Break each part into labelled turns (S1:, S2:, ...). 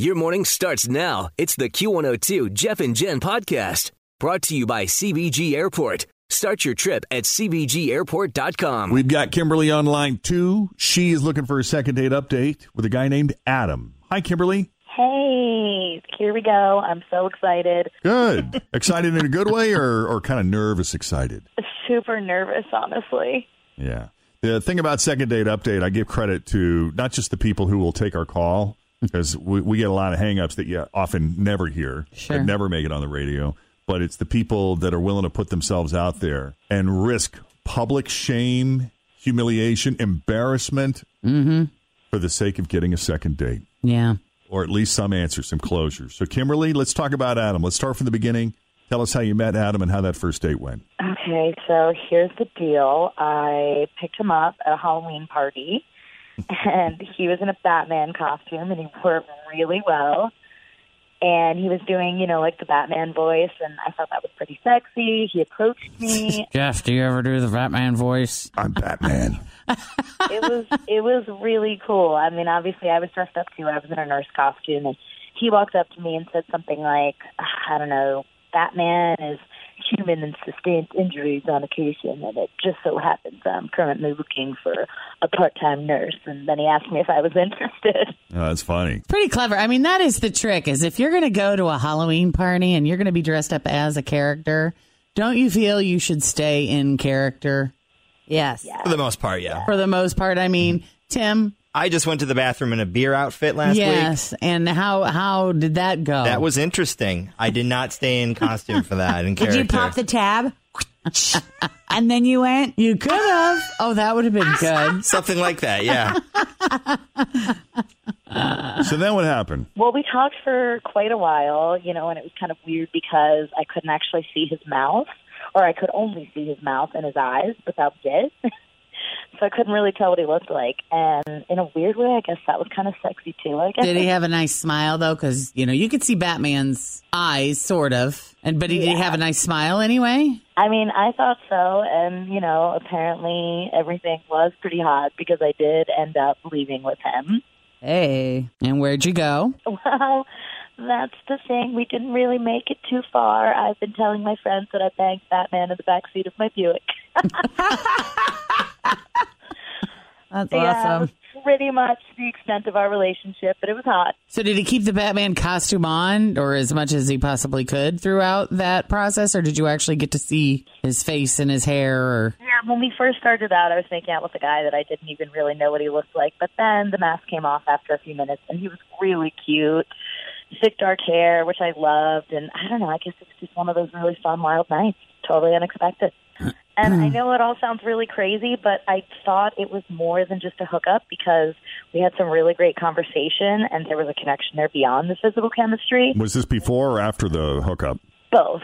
S1: Your morning starts now. It's the Q102 Jeff and Jen podcast brought to you by CBG Airport. Start your trip at CBGAirport.com.
S2: We've got Kimberly on line two. She is looking for a second date update with a guy named Adam. Hi, Kimberly.
S3: Hey, here we go. I'm so excited.
S2: Good. excited in a good way or, or kind of nervous excited?
S3: Super nervous, honestly.
S2: Yeah. The thing about second date update, I give credit to not just the people who will take our call because we, we get a lot of hangups that you often never hear,
S4: Sure.
S2: that never make it on the radio, but it's the people that are willing to put themselves out there and risk public shame, humiliation, embarrassment for the sake of getting a second date.
S4: Mm-hmm. Yeah.
S2: or at least some answers, some closure. So, Kimberly, let's talk about Adam. Let's start from the beginning. Tell us how you met Adam and how that first date went.
S3: Okay, so here's the deal. I picked him up at a Halloween party, and he was in a Batman costume, and he wore it really well. And he was doing, you know, like the Batman voice, and I thought that was pretty sexy. He approached me.
S5: Jeff, do you ever do the Batman voice?
S2: I'm Batman.
S3: it was it was really cool. I mean, obviously, I was dressed up too. I was in a nurse costume, and he walked up to me and said something like, "I don't know, Batman is human and sustained injuries on occasion, and it just so happens I'm currently looking for a part-time nurse." And then he asked me if I was interested.
S2: Oh, that's funny.
S5: Pretty clever. I mean, that is the trick is if you're going to go to a Halloween party and you're going to be dressed up as a character, don't you feel you should stay in character?
S6: Yes.
S7: For the most part, yeah.
S5: For the most part, I mean, Tim,
S7: I just went to the bathroom in a beer outfit last week.
S5: yes. And how how did that go?
S7: That was interesting. I did not stay in costume for that. In
S6: Did
S7: character.
S6: you pop the tab? and then you went.
S5: You could have. Oh, that would have been good.
S7: Something like that, yeah.
S2: So then what happened?
S3: Well, we talked for quite a while, you know, and it was kind of weird because I couldn't actually see his mouth, or I could only see his mouth and his eyes, but that was it. so I couldn't really tell what he looked like. And in a weird way, I guess that was kind of sexy too. I guess.
S5: Did he have a nice smile though? Because you know you could see Batman's eyes, sort of. And but he did have a nice smile anyway.
S3: I mean, I thought so, and you know, apparently everything was pretty hot because I did end up leaving with him.
S5: Hey, and where'd you go?
S3: Well, that's the thing. We didn't really make it too far. I've been telling my friends that I banged Batman in the back seat of my Buick.
S5: That's
S3: Yeah, it was pretty much the extent of our relationship, but it was hot.
S5: So did he keep the Batman costume on or as much as he possibly could throughout that process or did you actually get to see his face and his hair or
S3: Yeah, when we first started out, I was making out with a guy that I didn't even really know what he looked like, but then the mask came off after a few minutes, and he was really cute. Thick dark hair, which I loved, and I don't know, I guess it was just one of those really fun, wild nights. Totally unexpected. And I know it all sounds really crazy, but I thought it was more than just a hookup because we had some really great conversation and there was a connection there beyond the physical chemistry.
S2: Was this before or after the hookup?
S3: Both.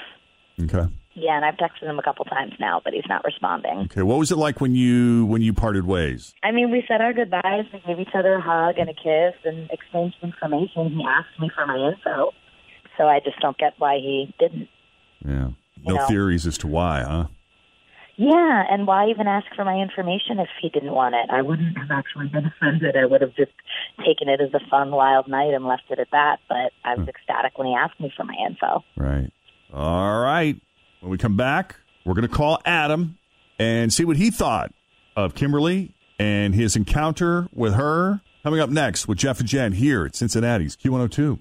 S2: Okay.
S3: Yeah, and I've texted him a couple times now, but he's not responding.
S2: Okay. What was it like when you when you parted ways?
S3: I mean, we said our goodbyes, we gave each other a hug and a kiss, and exchanged information. He asked me for my info, so I just don't get why he didn't.
S2: Yeah. No
S3: Yeah.
S2: theories as to why, huh?
S3: Yeah, and why even ask for my information if he didn't want it? I wouldn't have actually been offended. I would have just taken it as a fun, wild night and left it at that. But I was ecstatic when he asked me for my info.
S2: Right. All right. When we come back, we're going to call Adam and see what he thought of Kimberly and his encounter with her. Coming up next with Jeff and Jen here at Cincinnati's Q102.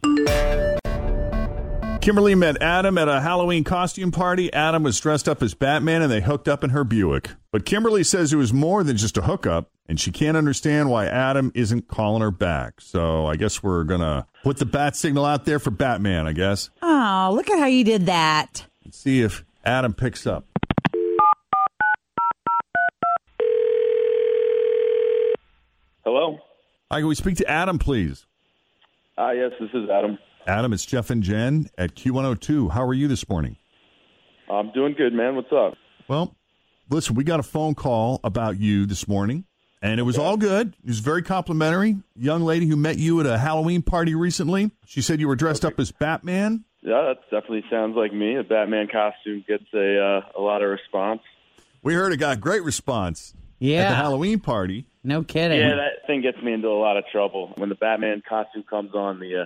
S2: Kimberly met Adam at a Halloween costume party. Adam was dressed up as Batman and they hooked up in her Buick. But Kimberly says it was more than just a hookup and she can't understand why Adam isn't calling her back. So I guess we're going to put the bat signal out there for Batman, I guess.
S6: Oh, look at how you did that.
S2: and see if Adam picks up.
S8: Hello.
S2: Hi, can we speak to Adam, please?
S8: Ah, yes, this is Adam.
S2: Adam, it's Jeff and Jen at Q102. How are you this morning?
S8: I'm doing good, man. What's up?
S2: Well, listen, we got a phone call about you this morning, and it was all good. It was very complimentary. Young lady who met you at a Halloween party recently. She said you were dressed up as Batman.
S8: Yeah, that definitely sounds like me. A Batman costume gets a uh, a lot of response.
S2: We heard it got a great response at the
S5: Yeah.
S2: Halloween party.
S5: No kidding.
S8: Yeah, that thing gets me into a lot of trouble. When the Batman costume comes on, the uh,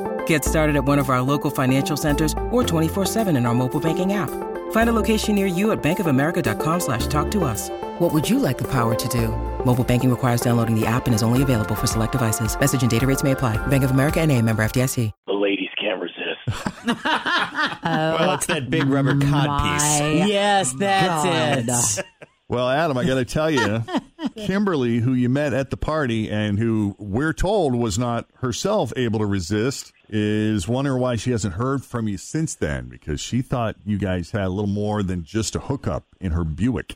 S9: Get started at one of our local financial centers or 24-7 in our mobile banking app. Find a location near you at bankofamerica.com slash talk to us. What would you like the power to do? Mobile banking requires downloading the app and is only available for select devices. Message and data rates may apply. Bank of America and a member FDIC.
S8: the ladies can't resist.
S7: well, it's that big rubber cod piece.
S5: Yes, that's it.
S2: Well, Adam, I got to tell you, Kimberly, who you met at the party and who we're told was not herself able to resist, is wondering why she hasn't heard from you since then because she thought you guys had a little more than just a hookup in her Buick.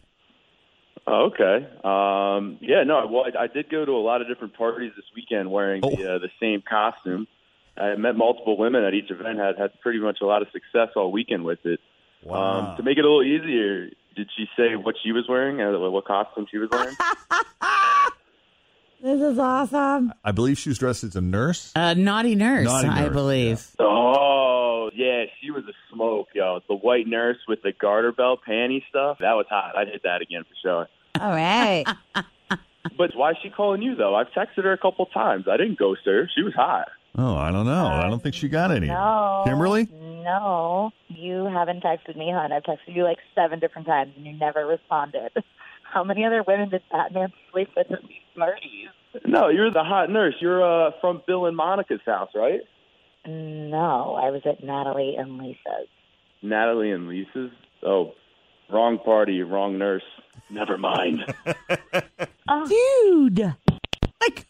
S8: Oh, okay. Um, yeah, no. Well, I, I did go to a lot of different parties this weekend wearing the uh, the same costume. I met multiple women at each event. Had had pretty much a lot of success all weekend with it. Um, to make it a little easier, did she say what she was wearing? Uh, what costume she was wearing?
S6: This is awesome.
S2: I believe she was dressed as a nurse.
S5: A naughty nurse,
S2: Naughty
S5: I
S2: nurse,
S5: believe.
S8: Oh yeah, she was a smoke, yo. The white nurse with the garter belt panty stuff. That was hot. I'd hit that again for sure.
S6: All right.
S8: But why is she calling you though? I've texted her a couple times. I didn't ghost her. She was hot.
S2: Oh, I don't know. I don't think she got any.
S3: No.
S2: Kimberly?
S3: Oh, No. You haven't texted me, hon. I've texted you like seven different times and you never responded. How many other women did Batman sleep with at these parties?
S8: No, you're the hot nurse. You're uh, from Bill and Monica's house, right?
S3: No, I was at Natalie and Lisa's.
S8: Natalie and Lisa's. Oh, wrong party, wrong nurse. Never mind.
S6: Dude. Like,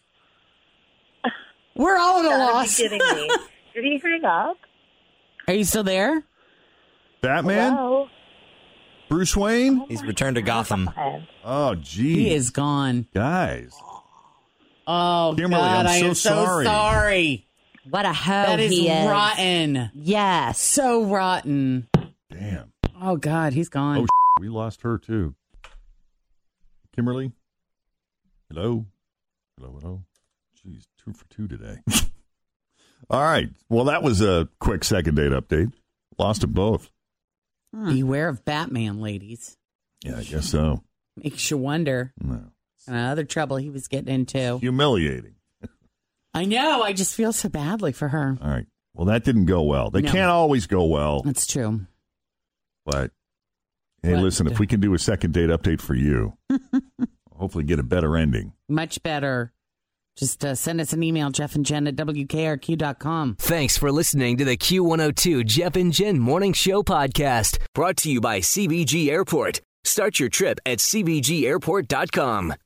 S6: we're all at a
S3: Gotta be
S6: loss.
S3: kidding me. Did he hang up?
S5: Are you still there?
S2: Batman?
S3: Hello?
S2: Bruce Wayne?
S7: He's returned to Gotham.
S3: And
S2: Oh, geez.
S5: He is gone.
S2: Guys.
S5: Oh,
S2: Kimberly,
S5: God,
S2: I'm
S5: I
S2: so
S5: am
S2: sorry.
S5: so sorry.
S6: What a hoe
S5: That is
S6: Oh, he is.
S5: rotten.
S6: Yes.
S5: So rotten.
S2: Damn.
S5: Oh, God, he's gone.
S2: Oh, we lost her too. Kimberly? Hello? Hello, hello. Jeez, two for two today. All right. Well, that was a quick second date update. Lost them both. Oh,
S5: Beware of Batman, ladies.
S2: Yeah, I guess so.
S5: Makes you wonder.
S2: No.
S5: And other trouble he was getting into.
S2: Humiliating.
S5: I know. I just feel so badly for her.
S2: All right. Well, that didn't go well. They
S5: No.
S2: can't always go well.
S5: That's true.
S2: But hey,
S5: But- uh,
S2: listen, if we can do a second date update for you, hopefully get a better ending.
S5: Much better. Just uh, send us an email, Jeff and Jen at WKRQ.com.
S1: Thanks for listening to the Q102 Jeff and Jen Morning Show podcast, brought to you by CBG Airport. Start your trip at CBGAirport.com.